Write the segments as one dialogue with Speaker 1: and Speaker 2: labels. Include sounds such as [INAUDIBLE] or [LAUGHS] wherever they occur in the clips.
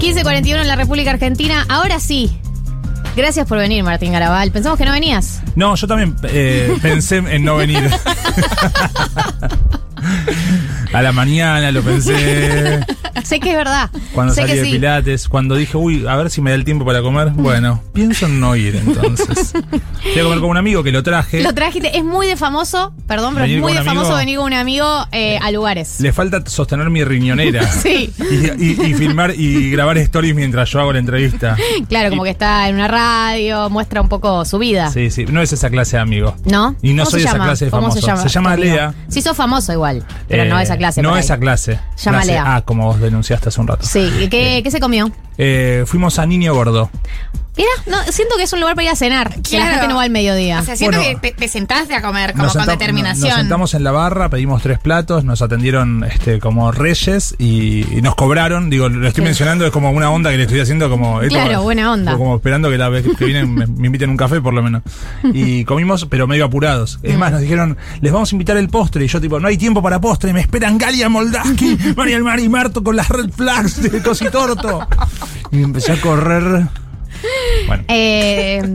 Speaker 1: 15.41 en la República Argentina. Ahora sí. Gracias por venir, Martín Garabal. Pensamos que no venías.
Speaker 2: No, yo también
Speaker 1: [LAUGHS]
Speaker 2: eh, pensé en no venir. A la mañana lo pensé.
Speaker 1: sé que es verdad.
Speaker 2: [LAUGHS] Cuando
Speaker 1: sé
Speaker 2: salí
Speaker 1: que
Speaker 2: de
Speaker 1: sí.
Speaker 2: Pilates, cuando dije, uy, a ver si me da el tiempo para comer. Bueno, pienso en no ir
Speaker 1: [LAUGHS]
Speaker 2: entonces. Fui a comer con un amigo que lo traje.
Speaker 1: Lo trajiste. Es muy de famoso, perdón, pero es
Speaker 2: Venir
Speaker 1: muy
Speaker 2: con
Speaker 1: de
Speaker 2: un amigo.
Speaker 1: famoso venir con un amigo eh, a lugares.
Speaker 2: Le falta sostener mi riñonera.
Speaker 1: [LAUGHS] Sí.
Speaker 2: Y, y- y filmar y grabar stories mientras yo hago la entrevista.
Speaker 1: Claro, como que está en una radio, muestra un poco su vida.
Speaker 2: Sí, sí, no es esa clase de amigo.
Speaker 1: Ah. ¿no?
Speaker 2: Y no
Speaker 1: ¿Cómo
Speaker 2: soy
Speaker 1: se
Speaker 2: esa
Speaker 1: llama?
Speaker 2: clase de
Speaker 1: ¿Cómo
Speaker 2: famoso.
Speaker 1: Se llama,
Speaker 2: Se llama
Speaker 1: tu amigo?
Speaker 2: Lea.
Speaker 1: Sí, sos famoso igual, pero no
Speaker 2: Eh,
Speaker 1: esa clase.
Speaker 2: No
Speaker 1: por ahí.
Speaker 2: esa clase.
Speaker 1: Llámale
Speaker 2: Clase
Speaker 1: a-
Speaker 2: Ah, como vos denunciaste hace un rato.
Speaker 1: Sí, ¿y ¿qué, qué se comió?
Speaker 2: Eh, fuimos a Niño Gordo.
Speaker 1: Mira, no, siento que es un lugar para ir a cenar, que la
Speaker 3: Claro.
Speaker 1: gente no va al mediodía.
Speaker 3: O sea, siento
Speaker 2: Bueno.
Speaker 3: que te, te sentaste a comer como
Speaker 2: Nos
Speaker 3: con
Speaker 2: senta-
Speaker 3: determinación.
Speaker 2: Nos sentamos en la barra, pedimos tres platos, nos atendieron este, como reyes y, y nos cobraron. Digo, lo estoy mencionando, es como una onda que le estoy haciendo como. esto-
Speaker 1: Claro, buena onda.
Speaker 2: Como esperando que la vez que vienen me, me inviten un café, por lo menos.
Speaker 1: [LAUGHS]
Speaker 2: Y comimos, pero medio apurados.
Speaker 1: Mm.
Speaker 2: Es más, nos dijeron, les vamos a invitar el postre. Y yo, tipo, no hay tiempo para postre, me esperan Galia Moldaski,
Speaker 1: [LAUGHS]
Speaker 2: María del Mar y Marto con las red flags de Cositorto. Y me empecé a correr. Bueno,
Speaker 1: Eh,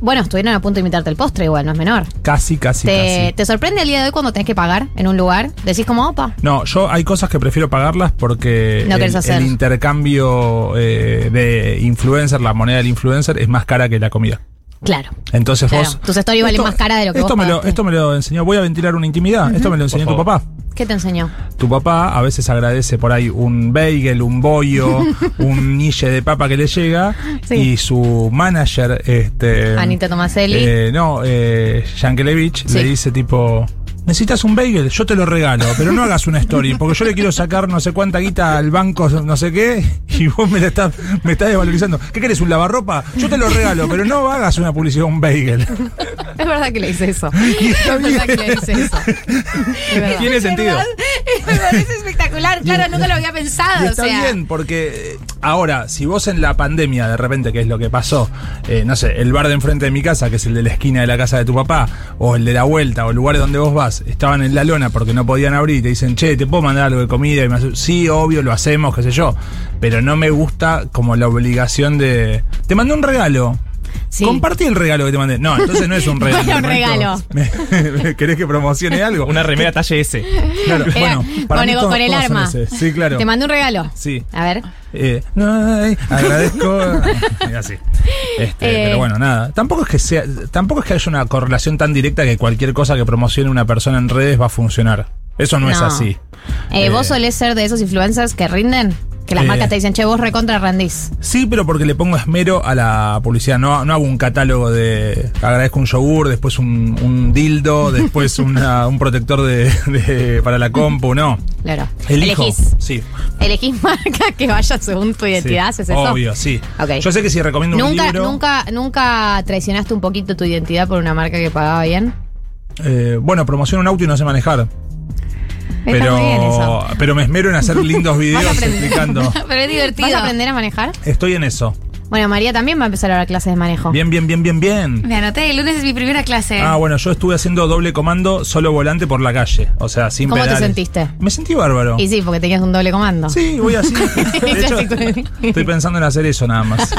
Speaker 1: bueno, estuvieron a punto de invitarte el postre igual, no es menor.
Speaker 2: casi, casi,
Speaker 1: ¿Te,
Speaker 2: casi.
Speaker 1: te sorprende el día de hoy cuando tenés que pagar en un lugar? Decís como, opa,
Speaker 2: No, yo hay cosas que prefiero pagarlas porque
Speaker 1: No querés
Speaker 2: el,
Speaker 1: hacer.
Speaker 2: el intercambio eh, de influencer, la moneda del influencer, es más cara que la comida.
Speaker 1: claro.
Speaker 2: Entonces
Speaker 1: Claro,
Speaker 2: vos.
Speaker 1: tus stories valen más cara de lo que
Speaker 2: esto
Speaker 1: vos
Speaker 2: me lo,
Speaker 1: pagaste.
Speaker 2: Esto me lo enseñó. Voy a ventilar una intimidad. Esto me lo enseñó tu papá.
Speaker 1: ¿Qué te enseñó?
Speaker 2: Tu papá a veces agradece por ahí un bagel,
Speaker 1: [LAUGHS]
Speaker 2: un bollo, un niche de papa que le llega.
Speaker 1: Sí.
Speaker 2: Y su manager, este.
Speaker 1: Anita Tomaselli.
Speaker 2: eh, no, eh, Yankelevich,
Speaker 1: Sí.
Speaker 2: le dice tipo. Necesitas un bagel, yo te lo regalo, pero no hagas una story, porque yo le quiero sacar no sé cuánta guita al banco, no sé qué, y vos me la estás, me estás desvalorizando. ¿Qué querés, un lavarropa? Yo te lo regalo, pero no hagas una publicidad, un bagel.
Speaker 1: Es verdad que le hice eso.
Speaker 2: Y
Speaker 1: [LAUGHS]
Speaker 2: está
Speaker 1: Es verdad que
Speaker 2: bien.
Speaker 1: le hice eso. Es verdad.
Speaker 2: Tiene sentido.
Speaker 3: [LAUGHS] Me parece espectacular, claro, nunca lo había pensado.
Speaker 2: Y está
Speaker 3: o sea,
Speaker 2: bien, porque eh, ahora, si vos en la pandemia, de repente, que es lo que pasó, eh, no sé, el bar de enfrente de mi casa, que es el de la esquina de la casa de tu papá, o el de la vuelta, o el lugar donde vos vas, estaban en la lona porque no podían abrir y te dicen, che, ¿te puedo mandar algo de comida? Y me hace- sí, obvio, lo hacemos, qué sé yo. Pero no me gusta como la obligación de. Te mandé un regalo.
Speaker 1: Sí.
Speaker 2: Compartí el regalo que te mandé. No, entonces no
Speaker 1: [LAUGHS]
Speaker 2: es un regalo.
Speaker 1: No era un
Speaker 2: Ernesto. Me- [LAUGHS] ¿Querés que promocione algo?
Speaker 4: Una remera talla S.
Speaker 2: Claro,
Speaker 1: Era
Speaker 2: bueno, para
Speaker 1: con,
Speaker 2: mí
Speaker 1: el-
Speaker 2: todos-
Speaker 1: con el
Speaker 2: todos son
Speaker 1: arma.
Speaker 2: ese. Sí, claro.
Speaker 1: Te mandé un regalo.
Speaker 2: Sí.
Speaker 1: A ver.
Speaker 2: Eh, no, ay,
Speaker 1: [LAUGHS]
Speaker 2: agradezco. y así. Este,
Speaker 1: Eh.
Speaker 2: pero bueno, nada. Tampoco es que sea, tampoco es que haya una correlación tan directa que cualquier cosa que promocione una persona en redes va a funcionar. Eso no, es
Speaker 1: No.
Speaker 2: así.
Speaker 1: Eh,
Speaker 2: Eh,
Speaker 1: ¿Vos solés ser de esos influencers que rinden? Que las
Speaker 2: Eh.
Speaker 1: marcas te dicen, che, vos recontra rendís.
Speaker 2: Sí, pero porque le pongo esmero a la publicidad. No, no hago un catálogo de agradezco un yogur, después un, un
Speaker 1: [LAUGHS]
Speaker 2: dildo, después una- un protector de, de- para la compu, no.
Speaker 1: Claro.
Speaker 2: Elijo.
Speaker 1: Elegís.
Speaker 2: Sí.
Speaker 1: Elegís [LAUGHS] marca que vaya según tu identidad,
Speaker 2: sí.
Speaker 1: ¿haces eso?
Speaker 2: Obvio, sí.
Speaker 1: Ok.
Speaker 2: Yo sé que si recomiendo un
Speaker 1: ¿Nunca,
Speaker 2: libro.
Speaker 1: nunca, ¿Nunca traicionaste un poquito tu identidad por una marca que pagaba bien?
Speaker 2: Eh, bueno, promociono un auto y no sé manejar. Pero,
Speaker 1: muy bien eso.
Speaker 2: pero me esmero en
Speaker 1: [LAUGHS]
Speaker 2: hacer lindos videos explicando.
Speaker 3: [LAUGHS] Pero es divertido.
Speaker 1: ¿Vas a aprender a manejar?
Speaker 2: Estoy en eso.
Speaker 1: Bueno, María también va a empezar a dar clases de manejo.
Speaker 2: Bien, bien, bien, bien, bien.
Speaker 3: Me anoté, el lunes es mi primera clase.
Speaker 2: Ah, bueno, yo estuve haciendo doble comando solo volante por la calle. O sea, sin
Speaker 1: ¿Cómo te
Speaker 2: pedales.
Speaker 1: sentiste?
Speaker 2: Me sentí bárbaro.
Speaker 1: Y sí, porque tenías un doble comando.
Speaker 2: Sí, voy así. De hecho, estoy pensando en hacer eso
Speaker 1: [LAUGHS]
Speaker 2: nada más.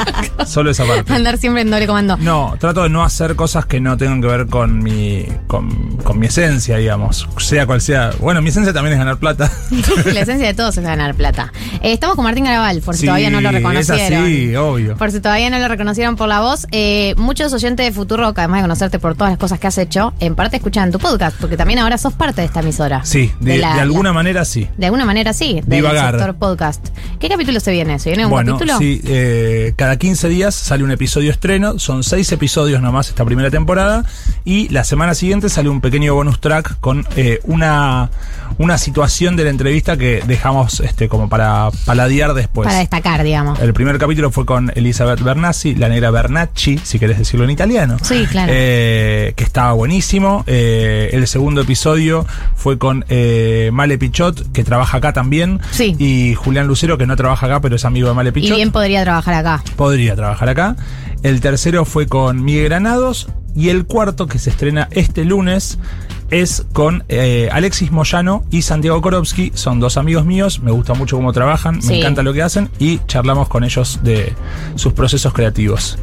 Speaker 2: Solo esa
Speaker 1: [LAUGHS]
Speaker 2: parte.
Speaker 1: Andar siempre en doble comando.
Speaker 2: No, trato de no hacer cosas que no tengan que ver con mi, con, con mi esencia, digamos. Sea cual sea. Bueno, mi esencia también es ganar
Speaker 1: [LAUGHS]
Speaker 2: plata.
Speaker 1: [LAUGHS] La esencia de todos es ganar plata. Eh, estamos con Martín Garabal, por si
Speaker 2: Sí,
Speaker 1: todavía no lo
Speaker 2: es
Speaker 1: reconocieron.
Speaker 2: así, obvio.
Speaker 1: Por si todavía no lo reconocieron por la voz. Eh, muchos oyentes de Futuro, que además de conocerte por todas las cosas que has hecho, en parte escuchan tu podcast, porque también ahora sos parte de esta emisora.
Speaker 2: Sí, de,
Speaker 1: la-
Speaker 2: de alguna manera sí.
Speaker 1: de alguna manera sí, del
Speaker 2: Divagar.
Speaker 1: sector podcast. ¿Qué capítulo se viene? ¿Se viene un
Speaker 2: bueno,
Speaker 1: capítulo?
Speaker 2: sí, eh, cada 15 días sale un episodio estreno, son seis episodios nomás esta primera temporada, y la semana siguiente sale un pequeño bonus track con eh, una, una situación de la entrevista que dejamos este, como para paladear después.
Speaker 1: Para destacar, digamos.
Speaker 2: pues. El primer capítulo fue con Elizabeth Bernassi, la negra Bernacci, si querés decirlo en italiano.
Speaker 1: Sí, claro.
Speaker 2: Eh, que estaba buenísimo. Eh, el segundo episodio fue con eh, Male Pichot, que trabaja acá también.
Speaker 1: Sí.
Speaker 2: Y Julián Lucero, que no trabaja acá, pero es amigo de Male
Speaker 1: Y
Speaker 2: Pichot.
Speaker 1: bien podría trabajar acá.
Speaker 2: Podría trabajar acá. El tercero fue con Miguel Granados. Y el cuarto, que se estrena este lunes, es con eh, Alexis Moyano y Santiago Korowski. Son dos amigos míos, me gusta mucho cómo trabajan,
Speaker 1: Sí.
Speaker 2: me encanta lo que hacen y charlamos con ellos de sus procesos creativos.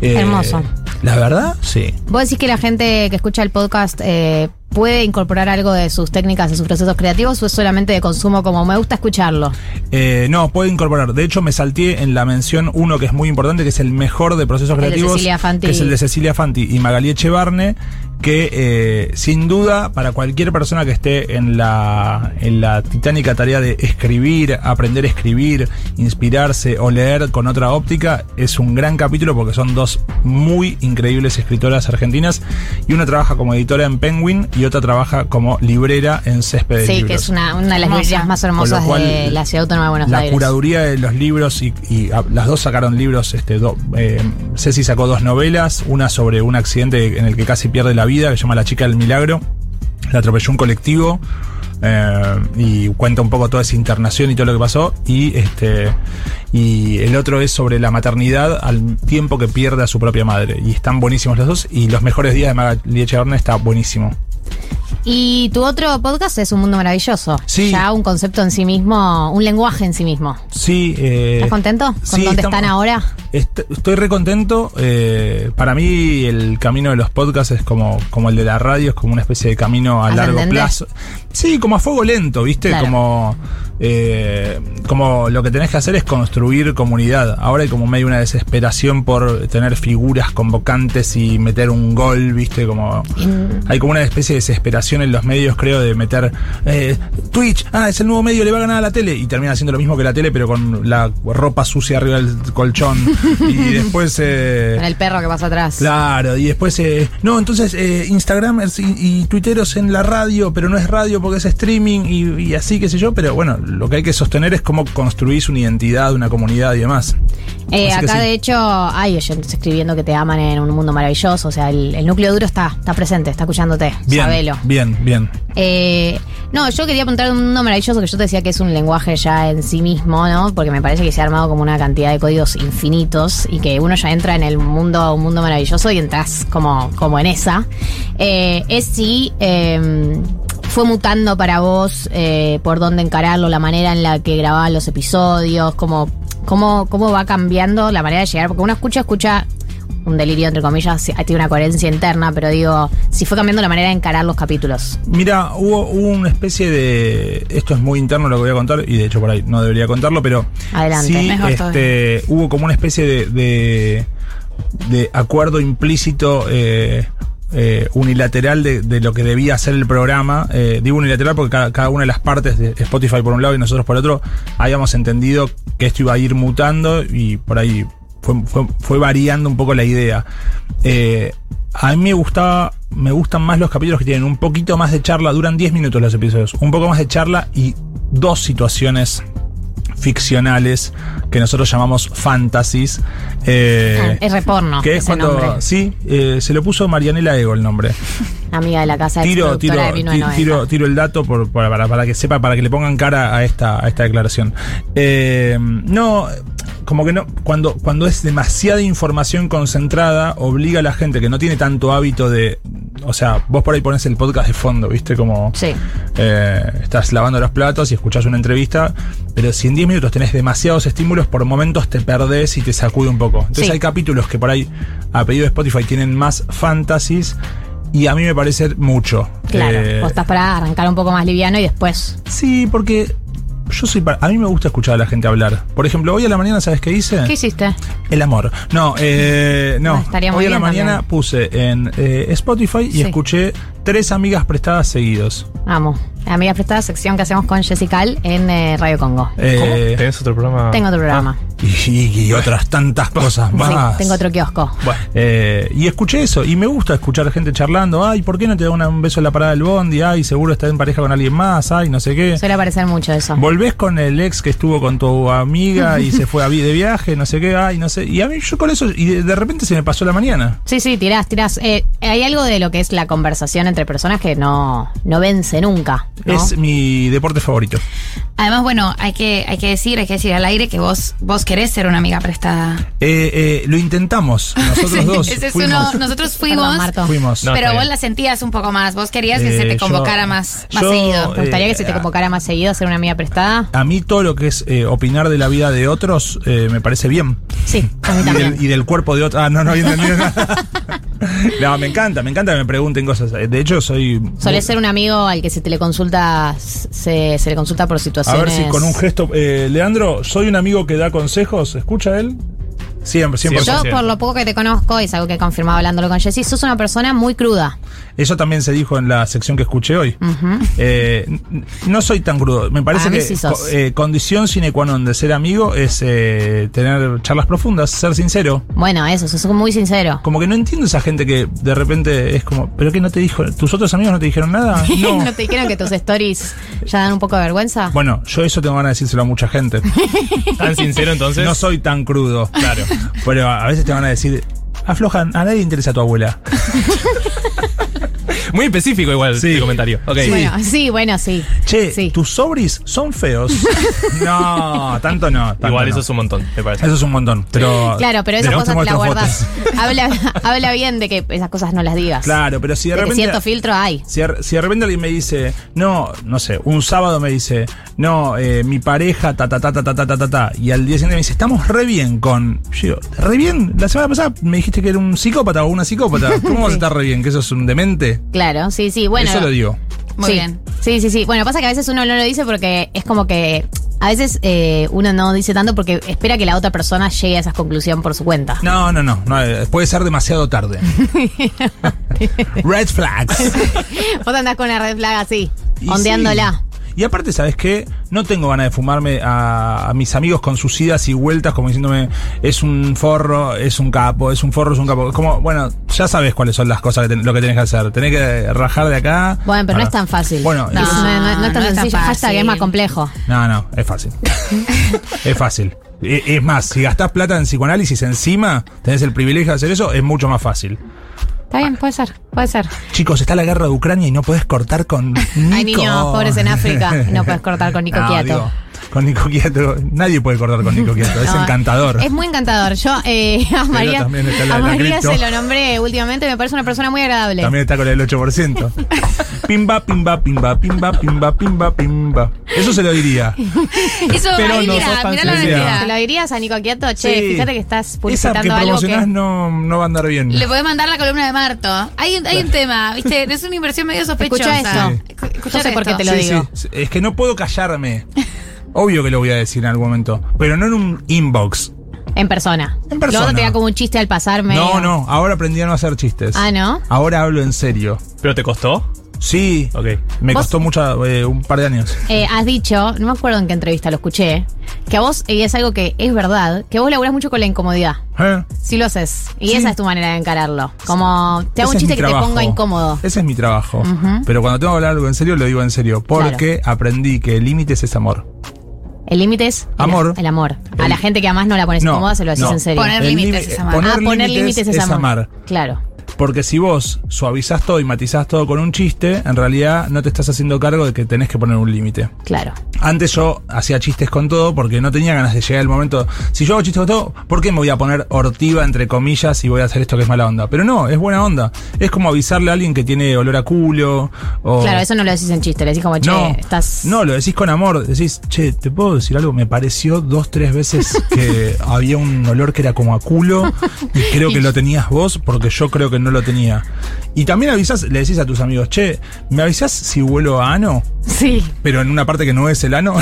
Speaker 2: Eh,
Speaker 1: Hermoso.
Speaker 2: La verdad, sí.
Speaker 1: ¿Vos decís que la gente que escucha el podcast eh, puede incorporar algo de sus técnicas, de sus procesos creativos o es solamente de consumo como me gusta escucharlo?
Speaker 2: Eh, no, puede incorporar. De hecho, me salté en la mención uno que es muy importante, que es el mejor de procesos
Speaker 1: de
Speaker 2: creativos.
Speaker 1: Cecilia Fanti.
Speaker 2: Que es el de Cecilia Fanti y Magali Echevarne, que eh, sin duda, para cualquier persona que esté en la, en la titánica tarea de escribir, aprender a escribir, inspirarse o leer con otra óptica, es un gran capítulo porque son dos muy increíbles escritoras argentinas. Y una trabaja como editora en Penguin y otra trabaja como librera en Césped de
Speaker 1: Sí, que
Speaker 2: Libros.
Speaker 1: es una, una de las
Speaker 3: Hermosa.
Speaker 1: librerías más
Speaker 2: Con lo
Speaker 1: hermosas
Speaker 2: cual,
Speaker 1: de la ciudad autónoma de Buenos
Speaker 2: la
Speaker 1: Aires.
Speaker 2: curaduría de los libros y, y, ah, las dos sacaron libros. Este, do- eh, Ceci sacó dos novelas, una sobre un accidente en el que casi pierde la vida, que se llama La chica del milagro. La atropelló un colectivo eh, y cuenta un poco toda esa internación y todo lo que pasó. Y este y el otro es sobre la maternidad al tiempo que pierde a su propia madre. Y están buenísimos los dos. Y Los mejores días de Magali Echeverría está buenísimo.
Speaker 1: Y tu otro podcast es Un Mundo Maravilloso.
Speaker 2: Sí.
Speaker 1: Ya un concepto en sí mismo, un lenguaje en sí mismo.
Speaker 2: Sí. eh,
Speaker 1: ¿Estás contento con
Speaker 2: sí,
Speaker 1: dónde
Speaker 2: estamos-
Speaker 1: están ahora?
Speaker 2: Est- estoy re contento. eh, para mí, el camino de los podcasts es como, como el de la radio, es como una especie de camino a largo
Speaker 1: ¿Ascendente?
Speaker 2: plazo. Sí, como a fuego lento, ¿viste?
Speaker 1: Claro.
Speaker 2: Como, eh, como lo que tenés que hacer es construir comunidad. Ahora hay como medio una desesperación por tener figuras convocantes y meter un gol, ¿viste? Como. Hay como una especie de desesperación en los medios, creo, de meter eh, Twitch, ah, es el nuevo medio, le va a ganar a la tele. Y termina haciendo lo mismo que la tele, pero con la ropa sucia arriba del colchón. y después. eh,
Speaker 1: Con el perro que pasa atrás.
Speaker 2: Claro, y después, eh, no, entonces eh, Instagramers y, y Twitteros en la radio, pero no es radio porque es streaming y, y así, qué sé yo, pero bueno, lo que hay que sostener es cómo construís una identidad, una comunidad y demás.
Speaker 1: Eh,
Speaker 2: Así que
Speaker 1: acá,
Speaker 2: sí.
Speaker 1: de hecho, hay oyentes escribiendo que te aman en un mundo maravilloso. O sea, el, el núcleo duro está, está presente, está escuchándote.
Speaker 2: Bien,
Speaker 1: Sabelo.
Speaker 2: bien, bien.
Speaker 1: Eh, no, yo quería apuntar un mundo maravilloso que yo te decía que es un lenguaje ya en sí mismo, ¿no? Porque me parece que se ha armado como una cantidad de códigos infinitos y que uno ya entra en el mundo, un mundo maravilloso y entras como, como en esa. Eh, es si eh, fue mutando para vos eh, por dónde encararlo, la manera en la que grababas los episodios, como, cómo, cómo va cambiando la manera de llegar, porque uno escucha, escucha un delirio entre comillas, si- tiene una coherencia interna, pero digo, si fue cambiando la manera de encarar los capítulos.
Speaker 2: Mira, hubo, hubo una especie de. Esto es muy interno lo que voy a contar, y de hecho por ahí no debería contarlo, pero.
Speaker 1: Adelante.
Speaker 2: sí,
Speaker 3: Mejor
Speaker 2: este, hubo como una especie de. de, de acuerdo implícito. eh, eh, unilateral de, de lo que debía hacer el programa. Eh, digo unilateral porque cada, cada una de las partes de Spotify por un lado y nosotros por otro habíamos entendido que esto iba a ir mutando y por ahí fue, fue- fue variando un poco la idea. Eh, a mí me gustaba, me gustan más los capítulos que tienen un poquito más de charla, duran 10 minutos los episodios, un poco más de charla y dos situaciones ficcionales que nosotros llamamos fantasies.
Speaker 1: Ah,
Speaker 2: eh,
Speaker 1: es reporno.
Speaker 2: que es
Speaker 1: ese
Speaker 2: cuando.
Speaker 1: nombre.
Speaker 2: Sí, eh, se lo puso Marianela Ego el nombre.
Speaker 1: Amiga de la casa de
Speaker 2: Tiro, tiro,
Speaker 1: productora de
Speaker 2: ti-
Speaker 1: Vino de Noventa.
Speaker 2: tiro, tiro el dato por- para, para- para que sepa, para que le pongan cara a esta, a esta declaración. Eh, no, como que no, cuando, cuando es demasiada información concentrada, obliga a la gente que no tiene tanto hábito de. O sea, vos por ahí pones el podcast de fondo, ¿viste? Como.
Speaker 1: Sí.
Speaker 2: Eh, estás lavando los platos y escuchás una entrevista, pero si en 10 minutos tenés demasiados estímulos, por momentos te perdés y te sacude un poco. Entonces
Speaker 1: Sí.
Speaker 2: hay capítulos que por ahí, a pedido de Spotify, tienen más fantasies y a mí me parece mucho.
Speaker 1: Claro.
Speaker 2: Eh,
Speaker 1: Vos estás para arrancar un poco más liviano y después.
Speaker 2: sí, porque yo soy. pa- a mí me gusta escuchar a la gente hablar. Por ejemplo, hoy a la mañana, ¿sabes qué hice?
Speaker 1: ¿Qué hiciste?
Speaker 2: El amor. No, eh, no.
Speaker 1: Ah, estaría muy
Speaker 2: hoy a la
Speaker 1: bien
Speaker 2: mañana
Speaker 1: también.
Speaker 2: puse en eh, Spotify y
Speaker 1: Sí.
Speaker 2: escuché tres amigas prestadas seguidos.
Speaker 1: Vamos. Amiga prestada, sección que hacemos con Jessica Al en eh, Radio Congo.
Speaker 4: ¿Cómo?
Speaker 2: Eh,
Speaker 4: ¿Tenés otro programa?
Speaker 1: Tengo otro programa.
Speaker 2: Y, y otras tantas cosas
Speaker 1: Sí,
Speaker 2: más.
Speaker 1: tengo otro kiosco.
Speaker 2: Bueno, eh, y escuché eso, y me gusta escuchar gente charlando. Ay, ¿por qué no te da una- un beso en la parada del bondi? Ay, seguro está en pareja con alguien más. Ay, no sé qué.
Speaker 1: Suele aparecer mucho eso.
Speaker 2: Volvés con el ex que estuvo con tu amiga y se fue a vi- de viaje, no sé qué. Ay, no sé. Y a mí, yo con eso, y de, de repente se me pasó la mañana.
Speaker 1: Sí, sí, tirás, tirás. Eh, hay algo de lo que es la conversación entre personas que no, no vence nunca. ¿no?
Speaker 2: Es mi deporte favorito.
Speaker 3: Además, bueno, hay que, hay que decir, hay que decir al aire que vos, vos querés ser una amiga prestada.
Speaker 2: Eh, eh, lo intentamos,
Speaker 3: [LAUGHS]
Speaker 2: nosotros dos.
Speaker 3: Ese es
Speaker 2: fuimos.
Speaker 3: uno, [LAUGHS] nosotros fuimos.
Speaker 1: Perdón, Marto.
Speaker 2: fuimos.
Speaker 4: No,
Speaker 3: pero
Speaker 4: está
Speaker 3: vos
Speaker 4: bien.
Speaker 3: la sentías un poco más, vos querías que
Speaker 2: Eh,
Speaker 3: se te
Speaker 2: yo-
Speaker 3: convocara más, más
Speaker 2: yo-
Speaker 3: seguido.
Speaker 1: ¿Te gustaría que se te
Speaker 2: Eh, ah.
Speaker 1: convocara más seguido a ser una amiga prestada?
Speaker 2: A mí todo lo que es eh, opinar de la vida de otros eh, me parece bien.
Speaker 1: Sí, a mí
Speaker 2: Y del,
Speaker 1: también.
Speaker 2: y del cuerpo de otro. Ah, no, no había entendido nada. [LAUGHS] No, me encanta, me encanta que me pregunten cosas. Eh, De hecho, soy.
Speaker 1: Solés ser un amigo al que se te le consulta, se, se le consulta por
Speaker 2: A
Speaker 1: situaciones.
Speaker 2: ver si con un gesto. eh, Leandro, soy un amigo que da consejos. ¿Escucha él? Siempre, siempre.
Speaker 1: Yo,
Speaker 4: Sí.
Speaker 1: por lo poco que te conozco, y es algo que he confirmado hablándolo con Jessy, sos una persona muy cruda.
Speaker 2: Eso también se dijo en la sección que escuché hoy. Eh, n- no soy tan crudo. Me parece
Speaker 1: Para mí
Speaker 2: que
Speaker 1: sí sos.
Speaker 2: co- eh, condición sine qua non de ser amigo es eh, tener charlas profundas, ser sincero.
Speaker 1: Bueno, eso, sos muy sincero.
Speaker 2: Como que no entiendo esa gente que de repente es como, ¿pero qué no te dijo? ¿Tus otros amigos no te dijeron
Speaker 1: [LAUGHS]
Speaker 2: nada? [LAUGHS] No.
Speaker 1: ¿No te dijeron que tus stories ya dan un poco de vergüenza?
Speaker 2: Bueno, yo eso tengo ganas de decírselo a mucha gente.
Speaker 4: [LAUGHS] Tan sincero entonces.
Speaker 2: No soy tan crudo.
Speaker 4: Claro.
Speaker 2: Pero a a veces te van a decir, aflojan, a nadie interesa tu abuela.
Speaker 4: Muy específico igual
Speaker 2: Sí.
Speaker 4: el comentario. Ok.
Speaker 2: Sí.
Speaker 1: Bueno, sí, bueno, sí.
Speaker 2: Che,
Speaker 1: Sí.
Speaker 2: tus sobris son
Speaker 4: [LAUGHS]
Speaker 2: feos. no, tanto no. tanto
Speaker 4: Igual
Speaker 2: no.
Speaker 4: eso es un montón, me parece.
Speaker 2: Eso es un montón. Pero
Speaker 1: Claro, pero esas
Speaker 2: Pero
Speaker 1: cosas
Speaker 2: te
Speaker 1: te las
Speaker 2: muestro
Speaker 1: guardas. [LAUGHS] Habla, habla bien de que esas cosas no las digas.
Speaker 2: Claro, pero si de
Speaker 1: De que
Speaker 2: repente.
Speaker 1: cierto filtro hay.
Speaker 2: Si de, si de repente alguien me dice, no, no sé, un sábado me dice, no, eh, mi pareja, ta, ta, ta, ta, ta, ta, ta, ta, ta, y al día siguiente me dice, estamos re bien con. Yo digo, ¿re bien? La semana pasada me dijiste que era un psicópata o una psicópata. ¿Cómo vas a estar re bien? ¿Que eso es un demente?
Speaker 1: Claro, sí, sí. Bueno,
Speaker 2: eso lo digo.
Speaker 3: Muy
Speaker 1: sí.
Speaker 3: bien.
Speaker 1: Sí, sí, sí. Bueno, pasa que a veces uno no lo dice porque es como que a veces eh, uno no dice tanto porque espera que la otra persona llegue a esa conclusión por su [LAUGHS] cuenta.
Speaker 2: No, no, no, no, eh, puede ser demasiado tarde. Red flags.
Speaker 1: Vos andás con una red flag así,
Speaker 2: Y
Speaker 1: ondeándola.
Speaker 2: sí. Y aparte, ¿sabes qué? No tengo ganas de fumarme a, a mis amigos con sus idas y vueltas, como diciéndome, es un forro, es un capo, es un forro, es un capo. Como, bueno, ya sabes cuáles son las cosas, que ten- lo que tenés que hacer. Tenés que rajar de acá.
Speaker 1: Bueno, pero no,
Speaker 2: Ah,
Speaker 1: es tan fácil.
Speaker 2: Bueno,
Speaker 1: no,
Speaker 2: es-
Speaker 1: no, no- no es tan
Speaker 3: No es tan
Speaker 1: sencillo. Hashtag
Speaker 3: fácil.
Speaker 1: es más complejo.
Speaker 2: no, no,
Speaker 1: [LAUGHS]
Speaker 2: es fácil. es fácil. E- Es más, si gastás plata en psicoanálisis encima, tenés el privilegio de hacer eso, es mucho más fácil.
Speaker 1: Está bien, puede ser, puede
Speaker 3: [LAUGHS]
Speaker 1: ser.
Speaker 2: Chicos, está la guerra de Ucrania y no podés
Speaker 1: [LAUGHS]
Speaker 2: cortar con Nico.
Speaker 1: Hay niños pobres en
Speaker 2: [LAUGHS]
Speaker 1: África y no podés cortar con Nico Quiato.
Speaker 2: digo, con Nico Quiato, nadie puede cortar con Nico Quiato, es
Speaker 1: [LAUGHS] No,
Speaker 2: encantador.
Speaker 1: Es muy encantador. Yo eh, [LAUGHS] a María,
Speaker 2: también está la-
Speaker 1: a
Speaker 2: la
Speaker 1: María
Speaker 2: cripto.
Speaker 1: se lo nombré últimamente, me parece una persona muy agradable.
Speaker 2: También está con el
Speaker 1: [LAUGHS]
Speaker 2: 8%. Pimba, pimba, pimba, pimba, pimba, pimba, pimba. Eso se lo diría.
Speaker 3: Eso,
Speaker 4: Pero
Speaker 3: ahí
Speaker 4: no sos
Speaker 3: mira,
Speaker 4: tan
Speaker 3: mira
Speaker 2: sincera.
Speaker 3: la honestidad.
Speaker 1: ¿Se lo dirías a Nico Quieto? [LAUGHS] Che,
Speaker 2: Sí.
Speaker 1: fíjate que estás
Speaker 2: Esa que
Speaker 1: publicitando algo
Speaker 2: promocionás
Speaker 1: que...
Speaker 2: no, no va a andar bien.
Speaker 3: Le podés mandar la columna de Marto. Hay, un- hay un tema, ¿viste? Es una inversión medio sospechosa.
Speaker 1: Escucha eso.
Speaker 3: Escu- escuchá
Speaker 1: No sé por qué te
Speaker 3: esto.
Speaker 1: lo
Speaker 2: Sí,
Speaker 1: digo.
Speaker 2: sí, es que no puedo
Speaker 1: [LAUGHS]
Speaker 2: callarme. Obvio que lo voy a decir en algún momento, pero no en un inbox.
Speaker 1: En persona.
Speaker 2: En persona.
Speaker 1: Lo otro te da como un chiste al pasarme.
Speaker 2: No, no, ahora aprendí a no hacer chistes.
Speaker 1: Ah, ¿no?
Speaker 2: Ahora hablo en serio.
Speaker 4: ¿Pero te costó?
Speaker 2: Sí,
Speaker 4: Ok.
Speaker 2: me
Speaker 1: ¿Vos-
Speaker 2: costó mucho, eh, un par de años.
Speaker 1: Eh, has dicho, no me acuerdo en qué entrevista lo escuché, que a vos, y es algo que es verdad, que vos laburás mucho con la incomodidad.
Speaker 2: ¿Eh?
Speaker 1: Si lo haces. Y
Speaker 2: Sí.
Speaker 1: esa es tu manera de encararlo. Como te hago
Speaker 2: Ese
Speaker 1: un
Speaker 2: es mi
Speaker 1: chiste que te
Speaker 2: trabajo.
Speaker 1: ponga incómodo.
Speaker 2: Ese es mi trabajo. Pero cuando tengo que hablar algo en serio, lo digo en serio. Porque aprendí que el límite es amor.
Speaker 1: El límite es el-
Speaker 2: Amor.
Speaker 1: El, amor. A
Speaker 2: El-
Speaker 1: la gente que amás no la pones
Speaker 2: No,
Speaker 1: incómoda, se lo decís
Speaker 2: no.
Speaker 1: en serio.
Speaker 3: Poner
Speaker 2: El
Speaker 3: límites
Speaker 2: limi-
Speaker 3: es amar.
Speaker 2: Poner
Speaker 1: ah, poner límites es, amar. Claro.
Speaker 2: Porque si vos suavizás todo y matizás todo con un chiste, en realidad no te estás haciendo cargo de que tenés que poner un límite.
Speaker 1: Claro.
Speaker 2: Antes yo hacía chistes con todo porque no tenía ganas de llegar el momento. Si yo hago chistes con todo, ¿por qué me voy a poner hortiva entre comillas y voy a hacer esto que es mala onda? Pero no, es buena onda. Es como avisarle a alguien que tiene olor a culo. O
Speaker 1: Claro, eso no lo decís en chiste, le decís como, che,
Speaker 2: Oh. no,
Speaker 1: estás.
Speaker 2: no, lo decís con amor. Decís, che, ¿te puedo decir algo? Me pareció dos, tres veces
Speaker 1: [LAUGHS]
Speaker 2: que había un olor que era como a culo y creo que lo tenías vos porque yo creo que no lo tenía. Y también avisás, le decís a tus amigos, che, ¿me avisás si vuelo a ano?
Speaker 1: [LAUGHS] Sí,
Speaker 2: Pero en una parte que no es el ano.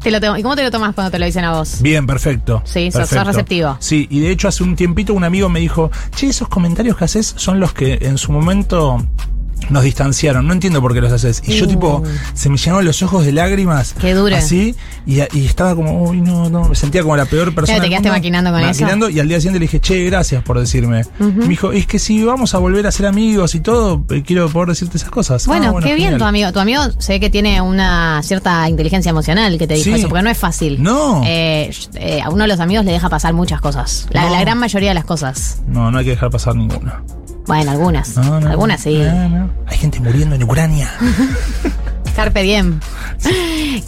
Speaker 1: te lo tomo- ¿Y cómo te lo tomas cuando te lo dicen a vos?
Speaker 2: Bien, perfecto.
Speaker 1: Sí, sos- sos
Speaker 2: perfecto.
Speaker 1: receptivo.
Speaker 2: Sí, y de hecho hace un tiempito un amigo me dijo, che, esos comentarios que haces son los que en su momento nos distanciaron, no entiendo por qué los haces. Y yo
Speaker 1: Uh.
Speaker 2: tipo, se me llenaron los ojos de lágrimas.
Speaker 1: Qué dura.
Speaker 2: Así, y, y estaba como, uy, no, no, me sentía como la peor persona.
Speaker 1: te
Speaker 2: del
Speaker 1: quedaste
Speaker 2: mundo.
Speaker 1: maquinando con eso.
Speaker 2: Maquinando, y al día siguiente le dije, che, gracias por decirme. Me dijo, es que si vamos a volver a ser amigos y todo, eh, quiero poder decirte esas cosas.
Speaker 1: Bueno,
Speaker 2: Ah,
Speaker 1: qué bien
Speaker 2: genial.
Speaker 1: tu amigo. Tu amigo se ve que tiene una cierta inteligencia emocional que te dijo
Speaker 2: Sí.
Speaker 1: eso, porque no es fácil.
Speaker 2: No.
Speaker 1: Eh, eh, a uno de los amigos le deja pasar muchas cosas. La,
Speaker 2: No.
Speaker 1: la gran mayoría de las cosas.
Speaker 2: No, no hay que dejar pasar ninguna.
Speaker 1: Bueno, algunas.
Speaker 2: No, no,
Speaker 1: algunas sí.
Speaker 2: no, no. Hay gente muriendo en Ucrania.
Speaker 1: Carpe diem. [LAUGHS]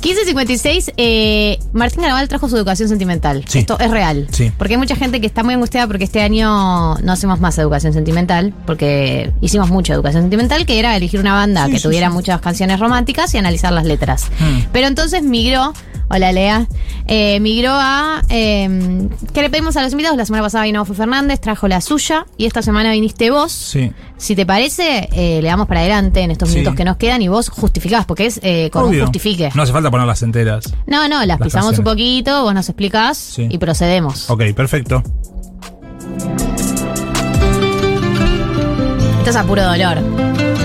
Speaker 1: 1556, eh, Martín Garabal trajo su educación sentimental.
Speaker 2: Sí.
Speaker 1: Esto es real.
Speaker 2: Sí.
Speaker 1: Porque hay mucha gente que está muy angustiada porque este año no hacemos más educación sentimental, porque hicimos mucha educación sentimental, que era elegir una banda
Speaker 2: Sí,
Speaker 1: que
Speaker 2: sí,
Speaker 1: tuviera
Speaker 2: sí.
Speaker 1: muchas canciones románticas y analizar las letras.
Speaker 2: Hmm.
Speaker 1: Pero entonces migró, hola Lea, eh, migró a... eh, ¿Qué le pedimos a los invitados? La semana pasada vino Fue Fernández, trajo la suya y esta semana viniste vos.
Speaker 2: Sí.
Speaker 1: Si te parece, eh, le damos para adelante en estos
Speaker 2: Sí.
Speaker 1: minutos que nos quedan y vos justificás, porque es eh, con
Speaker 2: Obvio.
Speaker 1: un justifique.
Speaker 2: No hace falta ponerlas enteras.
Speaker 1: No, no, las,
Speaker 2: Las
Speaker 1: pisamos
Speaker 2: canciones.
Speaker 1: un poquito, vos nos explicás
Speaker 2: Sí.
Speaker 1: y procedemos.
Speaker 2: Ok, perfecto.
Speaker 1: Esto es a puro dolor.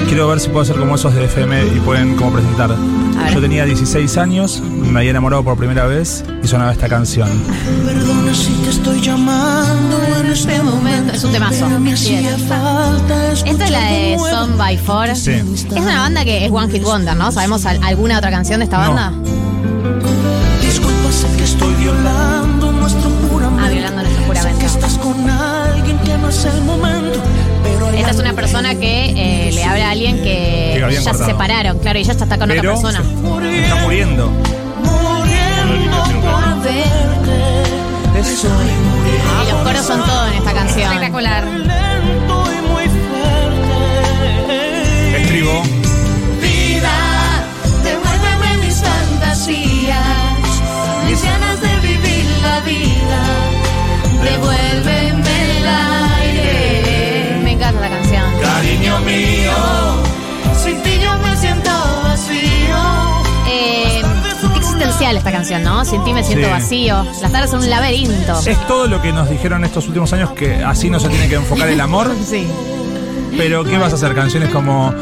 Speaker 2: Quiero ver si puedo hacer como esos de FM y pueden como presentar.
Speaker 1: ver.
Speaker 2: Yo tenía 16 años, me había enamorado por primera vez y sonaba esta canción.
Speaker 5: Perdona si te estoy llamando en este momento.
Speaker 1: Es un temazo.
Speaker 5: Pero me
Speaker 1: Así
Speaker 5: hacía
Speaker 1: es.
Speaker 5: falta
Speaker 1: Esta es la de Son by Four.
Speaker 2: Sí.
Speaker 1: Es una banda que es One Hit Wonder, ¿no? ¿Sabemos al- alguna otra canción de esta
Speaker 2: No.
Speaker 1: banda?
Speaker 5: Disculpa, sé que estoy violando nuestro juramento.
Speaker 1: Ah, violando nuestro juramento.
Speaker 5: Sé que estás con alguien que no es el momento. Pero hay
Speaker 1: Esta es una
Speaker 5: algo
Speaker 1: persona que eh, le habla a alguien que
Speaker 2: Que habían
Speaker 1: ya se
Speaker 2: cortado.
Speaker 1: separaron, claro, y ya está, está con
Speaker 2: Pero-
Speaker 1: otra persona.
Speaker 2: Está
Speaker 5: Muriendo,
Speaker 2: muriendo.
Speaker 5: muriendo por verte. Estoy
Speaker 1: Y los coros son todo en esta canción.
Speaker 3: Espectacular.
Speaker 5: muy lento y muy fuerte.
Speaker 2: Estribo.
Speaker 5: vida, devuélveme mis fantasías, mis ganas de vivir la vida, devuélveme el aire.
Speaker 1: Me encanta la canción.
Speaker 5: Cariño mío, sin ti yo me siento vacío.
Speaker 1: Eh, existencial esta canción, ¿no? Sin ti me siento
Speaker 2: Sí.
Speaker 1: vacío. Las tardes son un laberinto.
Speaker 2: Es todo lo que nos dijeron estos últimos años que así no se tiene que enfocar el amor.
Speaker 1: [LAUGHS] Sí.
Speaker 2: Pero ¿qué vas a hacer? Canciones como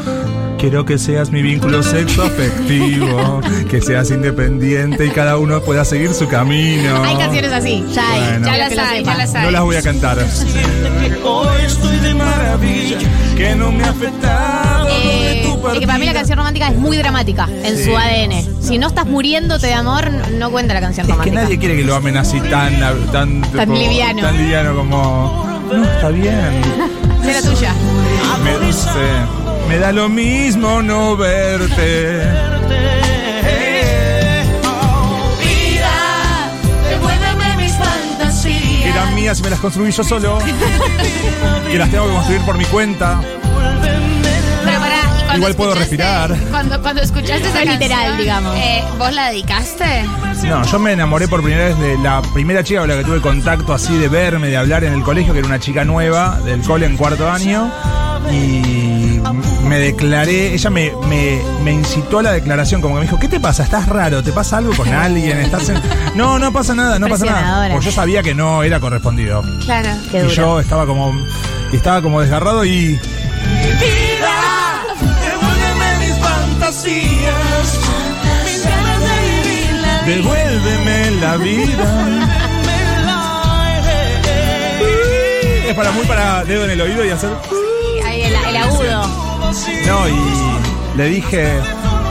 Speaker 2: Quiero que seas mi vínculo sexo afectivo, que seas independiente y cada uno pueda seguir su camino.
Speaker 1: Hay canciones así, ya hay.
Speaker 2: Bueno.
Speaker 1: ya
Speaker 3: Ya
Speaker 1: lo
Speaker 3: las
Speaker 1: que lo
Speaker 3: hay,
Speaker 1: sepa.
Speaker 3: ya las hay.
Speaker 2: No las voy a cantar.
Speaker 5: Hoy estoy de maravilla,
Speaker 2: Que no me afecta.
Speaker 1: Eh, es que para mí la canción romántica es muy dramática en
Speaker 2: Sí.
Speaker 1: su ADN. Si no estás muriéndote de amor, no- no cuenta la canción
Speaker 2: Es que
Speaker 1: romántica.
Speaker 2: nadie quiere que lo amen así tan tan,
Speaker 1: Tan liviano.
Speaker 2: Tan liviano como no está bien.
Speaker 1: Será tuya.
Speaker 2: Me, sí. Me da lo mismo no verte.
Speaker 5: vida, devuélveme mis
Speaker 2: Que
Speaker 5: fantasías.
Speaker 2: las mías me las construí
Speaker 1: [LAUGHS]
Speaker 2: yo solo. Que las tengo que construir por mi cuenta.
Speaker 3: Pero pará, ¿y cuando
Speaker 2: Igual puedo
Speaker 3: escuchaste-
Speaker 2: respirar.
Speaker 3: Cuando, cuando escuchaste esa
Speaker 1: Es literal,
Speaker 3: canción,
Speaker 1: digamos.
Speaker 3: eh, ¿Vos la dedicaste?
Speaker 2: No, yo me enamoré por primera vez de la primera chica con la que tuve contacto así de verme, de hablar en el colegio, que era una chica nueva del cole en cuarto año. Y me declaré, ella me, me- me incitó a la declaración, como que me dijo, ¿qué te pasa? ¿Estás raro? ¿Te pasa algo con alguien? ¿Estás en-?" No, no pasa nada, no pasa nada.
Speaker 1: Impresionadora.
Speaker 2: Porque yo sabía que no era correspondido.
Speaker 3: Claro.
Speaker 1: Qué
Speaker 2: y
Speaker 1: duro.
Speaker 2: yo estaba como, estaba como desgarrado y
Speaker 5: vida, devuélveme mis fantasías, mis ganas de vivir la vida,
Speaker 2: devuélveme la vida.
Speaker 5: el aire.
Speaker 2: Es para muy para dedo en el oído y hacer...
Speaker 1: Ahí el, el agudo.
Speaker 2: No, y le dije,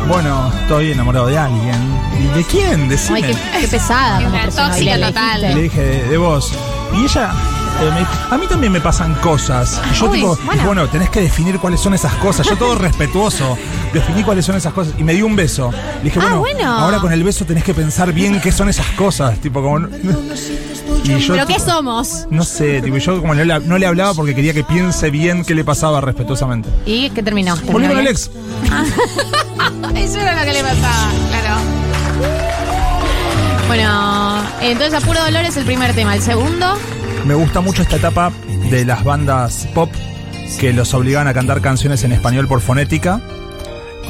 Speaker 2: bueno, estoy enamorado de alguien. ¿Y de quién?
Speaker 1: Ay, qué,
Speaker 2: Decime.
Speaker 1: qué pesada. como
Speaker 3: Una
Speaker 1: persona.
Speaker 3: tóxica
Speaker 1: Y le
Speaker 3: total.
Speaker 2: Y le
Speaker 1: elegiste.
Speaker 2: dije, de, de vos. Y ella eh, me dijo, a mí también me pasan cosas. Y yo
Speaker 1: Uy,
Speaker 2: tipo,
Speaker 1: bueno.
Speaker 2: bueno. tenés que definir cuáles son esas cosas. Yo todo respetuoso, definí cuáles son esas cosas. Y me dio un beso. Le dije,
Speaker 1: Ah,
Speaker 2: bueno,
Speaker 1: bueno.
Speaker 2: ahora con el beso tenés que pensar bien qué son esas cosas. Tipo, como... Y yo,
Speaker 1: ¿Pero qué
Speaker 2: tipo,
Speaker 1: somos?
Speaker 2: No sé, tipo, yo como no le, no le hablaba porque quería que piense bien qué le pasaba respetuosamente.
Speaker 1: ¿Y qué terminó? ¿Terminó ¿eh?
Speaker 2: Volví con el
Speaker 1: bien?
Speaker 2: ex.
Speaker 3: Eso era lo que le pasaba, claro.
Speaker 1: Bueno, entonces a puro dolor es el primer tema. El segundo,
Speaker 2: Me gusta mucho esta etapa de las bandas pop que los obligaban a cantar canciones en español por fonética.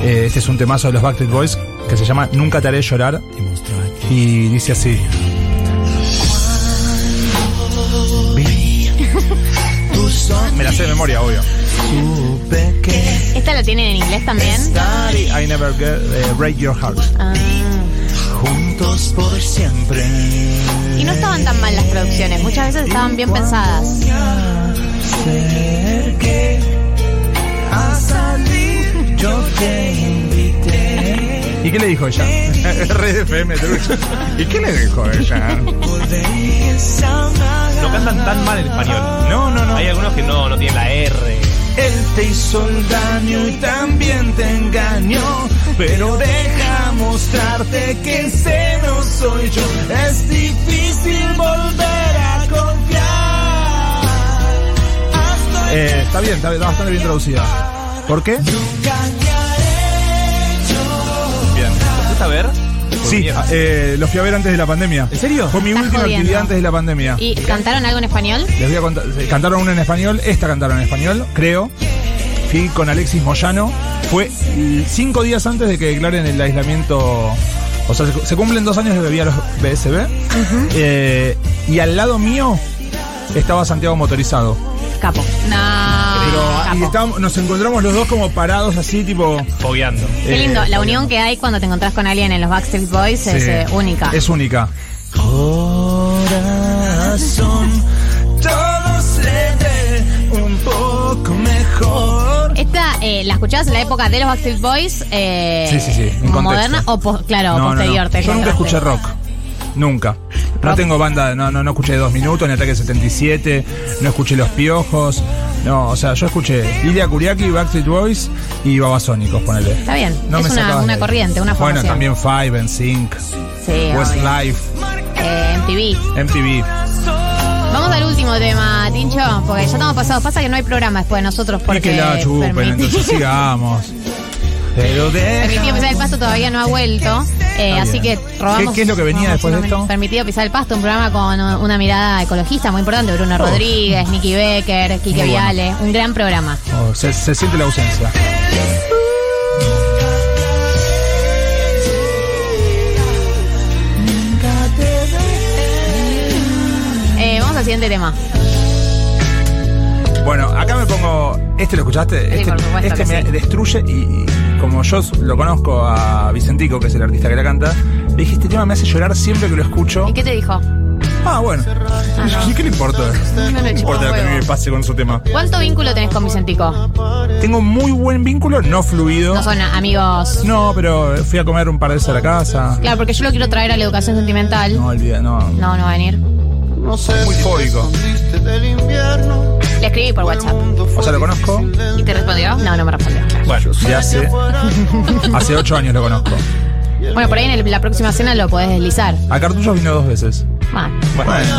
Speaker 2: Eh, este es un temazo de los Backstreet Boys que se llama Nunca te haré llorar y dice así. Me la sé de memoria, obvio.
Speaker 1: ¿esta la tienen en inglés también?
Speaker 2: Daddy, I never get, eh, break your heart.
Speaker 1: Ah.
Speaker 5: Juntos por siempre.
Speaker 1: Y no estaban tan mal las producciones, muchas veces estaban bien pensadas.
Speaker 5: Cerqué a salir, yo te invité.
Speaker 2: ¿Y qué le
Speaker 6: [LAUGHS]
Speaker 2: dijo ella? Red FM, trucha. ¿Y qué le dijo ella?
Speaker 5: Volverías a una
Speaker 4: No cantan tan mal el español.
Speaker 2: No, no, no.
Speaker 4: Hay algunos que no, no tienen la R.
Speaker 5: Él te hizo el daño y también te engañó.
Speaker 6: Pero deja mostrarte que ese no soy yo. Es difícil volver a confiar. Hasta
Speaker 2: Eh, está bien, está, bien, está bastante bien traducida. ¿Por qué?
Speaker 4: Bien. ¿Lo fuiste a ver? Por
Speaker 2: Sí,
Speaker 4: mierda.
Speaker 2: eh, lo fui a ver antes de la pandemia.
Speaker 4: ¿En serio?
Speaker 2: Fue mi
Speaker 1: Estás
Speaker 2: última
Speaker 1: jodiendo.
Speaker 2: actividad antes de la pandemia.
Speaker 1: ¿Y cantaron algo en español?
Speaker 2: Les voy a contar. eh, Cantaron una en español, esta cantaron en español, creo. Fui con Alexis Moyano. Fue mm, cinco días antes de que declaren el aislamiento. O sea, se, cu- se cumplen dos años de bebida los BSB. Eh, y al lado mío estaba Santiago motorizado.
Speaker 1: Capo.
Speaker 3: No.
Speaker 2: Pero y
Speaker 1: capo.
Speaker 2: estábamos- nos encontramos los dos como parados así, tipo.
Speaker 4: Fogueando.
Speaker 1: Qué
Speaker 2: eh,
Speaker 1: lindo. La unión que hay cuando te encontrás con alguien en los Backstreet Boys es
Speaker 2: Sí.
Speaker 1: eh, única.
Speaker 2: Es única.
Speaker 6: corazón, todo se ve un poco mejor.
Speaker 1: Esta eh, la escuchabas en la época de los Backstreet Boys. Eh,
Speaker 2: Sí, sí, sí, en contexto.
Speaker 1: moderna o pos- claro, posterior. pues te
Speaker 2: Yo
Speaker 1: encontraste.
Speaker 2: nunca escuché rock. Nunca. No tengo banda, no, no, no escuché dos minutos, ni ataque 77, no escuché Los Piojos. No, o sea, yo escuché Lilia Kuriaki, Backstreet Boys y Babasónicos, ponele.
Speaker 1: Está bien.
Speaker 2: No
Speaker 1: es
Speaker 2: me
Speaker 1: una,
Speaker 2: sacabas
Speaker 1: una
Speaker 2: de-
Speaker 1: corriente, una
Speaker 2: Bueno,
Speaker 1: formación.
Speaker 2: también Five, and Sync,
Speaker 1: Sí, obvio.
Speaker 2: Westlife,
Speaker 1: Eh, MTV.
Speaker 2: MTV.
Speaker 1: Vamos al último tema, Tincho, porque ya estamos pasados. Pasa que no hay programa después de nosotros
Speaker 2: Y
Speaker 1: porque.
Speaker 2: que la chupen,
Speaker 1: permite-
Speaker 2: entonces
Speaker 1: [LAUGHS]
Speaker 2: sigamos. Pero de...
Speaker 1: Permitido pisar el pasto todavía no ha vuelto, eh,
Speaker 2: bien.
Speaker 1: así que robamos.
Speaker 2: ¿Qué- qué es lo que venía
Speaker 1: robamos
Speaker 2: después de
Speaker 1: unos
Speaker 2: esto?
Speaker 1: minutos. Permitido pisar el pasto, un programa con uh, una mirada ecologista muy importante. Bruno Rodríguez, Nicky Becker, Quique
Speaker 2: Oh. Muy bueno.
Speaker 1: Viale. Un gran programa.
Speaker 2: Oh, se, se siente la ausencia.
Speaker 1: Eh, vamos al siguiente tema.
Speaker 2: Bueno, acá me pongo. ¿Este lo escuchaste? este
Speaker 1: por supuesto
Speaker 2: este
Speaker 1: que
Speaker 2: me
Speaker 1: sí.
Speaker 2: destruye y, y como yo lo conozco a Vicentico, que es el artista que la canta, le dije, este tema me hace llorar siempre que lo escucho.
Speaker 1: ¿Y qué te dijo?
Speaker 2: Ah, bueno. ¿Y yo, qué le importa?
Speaker 1: me
Speaker 2: No
Speaker 1: chupa
Speaker 2: importa
Speaker 1: un
Speaker 2: lo que
Speaker 1: huevo.
Speaker 2: me pase con su tema.
Speaker 1: ¿Cuánto vínculo tenés con Vicentico?
Speaker 2: Tengo muy buen vínculo, no fluido.
Speaker 1: No son amigos.
Speaker 2: No, pero fui a comer un par de veces a la casa.
Speaker 1: Claro, porque yo lo quiero traer a la educación sentimental.
Speaker 2: No, olvida, no.
Speaker 1: No, no va a venir.
Speaker 7: No sé
Speaker 2: Muy
Speaker 7: si te
Speaker 2: fóbico.
Speaker 7: escondiste del invierno.
Speaker 1: Le escribí por WhatsApp.
Speaker 2: O sea, lo conozco.
Speaker 3: ¿Y te respondió?
Speaker 1: No, no me respondió. claro.
Speaker 2: Bueno, de hace. [LAUGHS] hace ocho años lo conozco.
Speaker 1: Bueno, por ahí en el- la próxima cena lo podés deslizar.
Speaker 2: A Cartucho vino dos veces.
Speaker 1: Va.
Speaker 7: A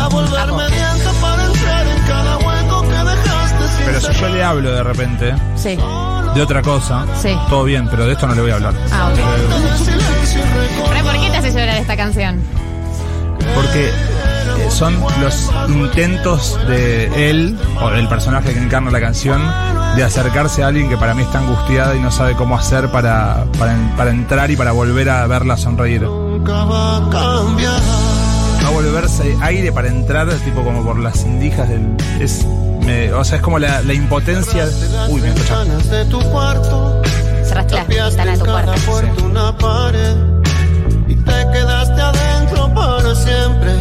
Speaker 2: Ah,
Speaker 7: volverme lento para entrar en cada hueco que dejaste sin
Speaker 2: Pero si
Speaker 7: cerrar.
Speaker 2: yo le hablo de repente
Speaker 1: Sí.
Speaker 2: de otra cosa,
Speaker 1: Sí.
Speaker 2: todo bien, pero de esto no le voy a hablar.
Speaker 1: Ah, ok.
Speaker 7: En el silencio y
Speaker 1: Re, ¿Por qué te hace llorar esta canción?
Speaker 2: Porque eh, son los intentos de él, o del personaje que encarna la canción, de acercarse a alguien que para mí está angustiada y no sabe cómo hacer para, para, en- para entrar y para volver a verla sonreír.
Speaker 7: nunca va a cambiar.
Speaker 2: A volverse aire para entrar, tipo como por las indijas del. Es, me- o sea, es como la, la impotencia. Uy, me escucha.
Speaker 7: Ventanas de tu cuarto,
Speaker 1: Cerraste la
Speaker 7: tapiaste
Speaker 1: ventana de
Speaker 7: en
Speaker 1: tu
Speaker 7: cada
Speaker 1: cuarto.
Speaker 7: puerta una pared y te quedaste adentro para siempre,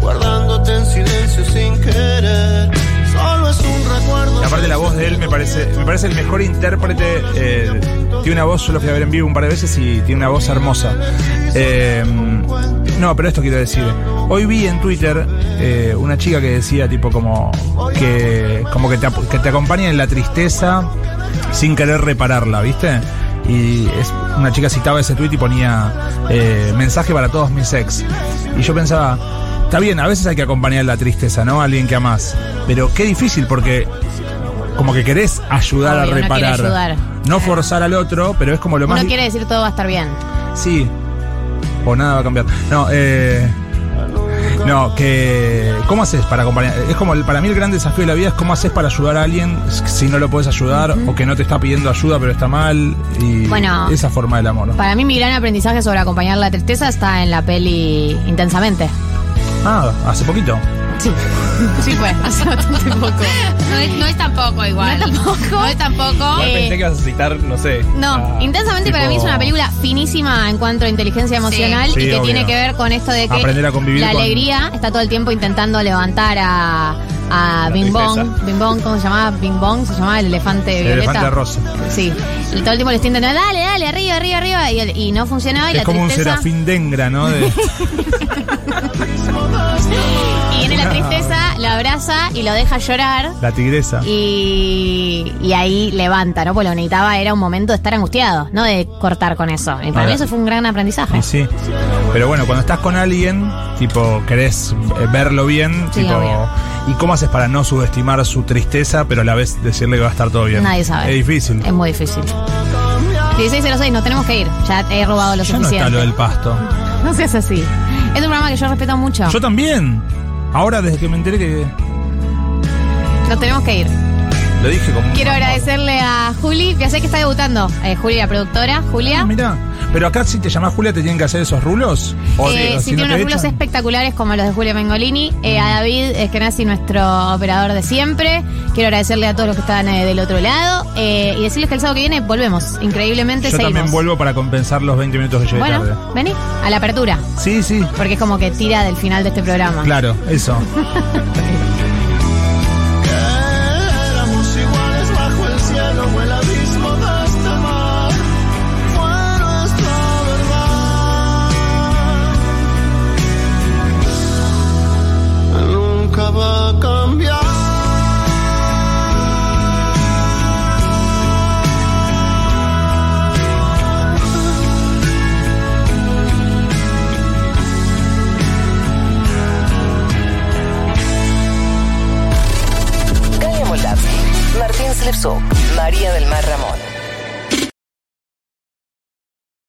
Speaker 7: guardándote en silencio sin querer. Solo es un recuerdo.
Speaker 2: Y aparte la voz de él me parece, me parece el mejor intérprete. eh, tiene una voz, yo lo fui a ver en vivo un par de veces y tiene una voz hermosa. Eh, no, pero esto quiero decir. Hoy vi en Twitter eh, una chica que decía tipo como que como que te, ap- que te acompaña en la tristeza sin querer repararla, ¿viste? Y es- una chica citaba ese tweet y ponía eh, mensaje para todos mis ex. Y yo pensaba, está bien, a veces hay que acompañar la tristeza, ¿no? A alguien que amás. Pero qué difícil porque como que querés ayudar
Speaker 1: Obvio,
Speaker 2: a
Speaker 1: uno
Speaker 2: reparar.
Speaker 1: quiere ayudar.
Speaker 2: No forzar al otro, pero es como lo más.
Speaker 1: Uno quiere decir todo va a estar bien.
Speaker 2: Sí. O nada va a cambiar. No, eh. No, que. ¿Cómo haces para acompañar? Es como el- para mí el gran desafío de la vida es cómo haces para ayudar a alguien si no lo puedes ayudar o que no te está pidiendo ayuda pero está mal. Y
Speaker 1: Bueno.
Speaker 2: esa forma del amor.
Speaker 1: Para mí mi gran aprendizaje sobre acompañar la tristeza está en la peli Intensamente.
Speaker 2: Ah, hace poquito. [LAUGHS]
Speaker 1: Sí. Sí fue, hace bastante poco.
Speaker 3: No es, no es tampoco igual. No es tampoco. No es tampoco.
Speaker 1: Eh,
Speaker 4: Pensé que ibas a citar, no sé.
Speaker 1: No,
Speaker 4: a-
Speaker 1: Intensamente para
Speaker 4: tipo-
Speaker 1: mí es una película finísima en cuanto a inteligencia emocional
Speaker 2: Ah, Sí,
Speaker 1: y que
Speaker 2: obvio.
Speaker 1: tiene que ver con esto de que
Speaker 2: Aprender a convivir
Speaker 1: la
Speaker 2: con-
Speaker 1: alegría está todo el tiempo intentando levantar a, a
Speaker 4: La
Speaker 1: Bing Bong.
Speaker 4: tristeza.
Speaker 1: Bing Bong, ¿cómo se llamaba? Bing Bong, se llamaba el elefante
Speaker 2: El
Speaker 1: violeta.
Speaker 2: elefante rosa.
Speaker 1: Sí, Y todo el tiempo le estoy intentando, dale, dale, arriba, arriba, arriba. Y, el- y no funcionaba y
Speaker 2: Es
Speaker 1: la
Speaker 2: como un
Speaker 1: tristeza.
Speaker 2: serafín dengra,
Speaker 1: [LAUGHS]
Speaker 2: ¿no? De-
Speaker 1: y viene la tristeza, la abraza y lo deja llorar.
Speaker 2: la tigresa.
Speaker 1: Y, y ahí levanta, ¿no? Porque lo que necesitaba era un momento de estar angustiado, no de cortar con eso. Y para
Speaker 2: Ahora-
Speaker 1: mí eso fue un gran aprendizaje.
Speaker 2: Y sí. Pero bueno, cuando estás con alguien, tipo, querés eh, verlo bien,
Speaker 1: Sí,
Speaker 2: tipo,
Speaker 1: obvio.
Speaker 2: ¿y cómo haces para no subestimar su tristeza, pero a la vez decirle que va a estar todo bien?
Speaker 1: Nadie sabe.
Speaker 2: Es difícil.
Speaker 1: Es muy difícil. 1606, nos tenemos que ir. Ya he robado lo
Speaker 2: ya no
Speaker 1: suficiente.
Speaker 2: está lo del pasto.
Speaker 1: No seas así. Es un programa que yo respeto mucho.
Speaker 2: Yo también. Ahora, desde que me enteré que.
Speaker 1: Nos tenemos que ir.
Speaker 2: Lo dije como.
Speaker 1: Quiero agradecerle a Juli, que sé que está debutando. Eh, Juli, la productora. Julia.
Speaker 2: Ah, Mirá. Pero acá, si te llamás Julia, ¿te tienen que hacer esos rulos? O
Speaker 1: Eh,
Speaker 2: de- Mm. o
Speaker 1: sí,
Speaker 2: si no
Speaker 1: tiene
Speaker 2: te
Speaker 1: unos rulos
Speaker 2: echan.
Speaker 1: espectaculares como los de Julio Mengolini. Eh, a David Eskenazi, nuestro operador de siempre. Quiero agradecerle a todos los que están eh, del otro lado. eh, y decirles que el sábado que viene volvemos. Increíblemente
Speaker 2: Yo
Speaker 1: seguimos.
Speaker 2: también vuelvo para compensar los 20 minutos que llegué tarde.
Speaker 1: bueno, vení a la apertura,
Speaker 2: Sí, sí.
Speaker 1: porque es como que tira del final de este programa.
Speaker 2: Claro, eso.
Speaker 7: Éramos iguales bajo el cielo o el abismo de este mar. Fue nuestra verdad. Nunca va a cambiar.
Speaker 8: Tania Moldavsky, Martín Slepsuk, María del Mar Ramón.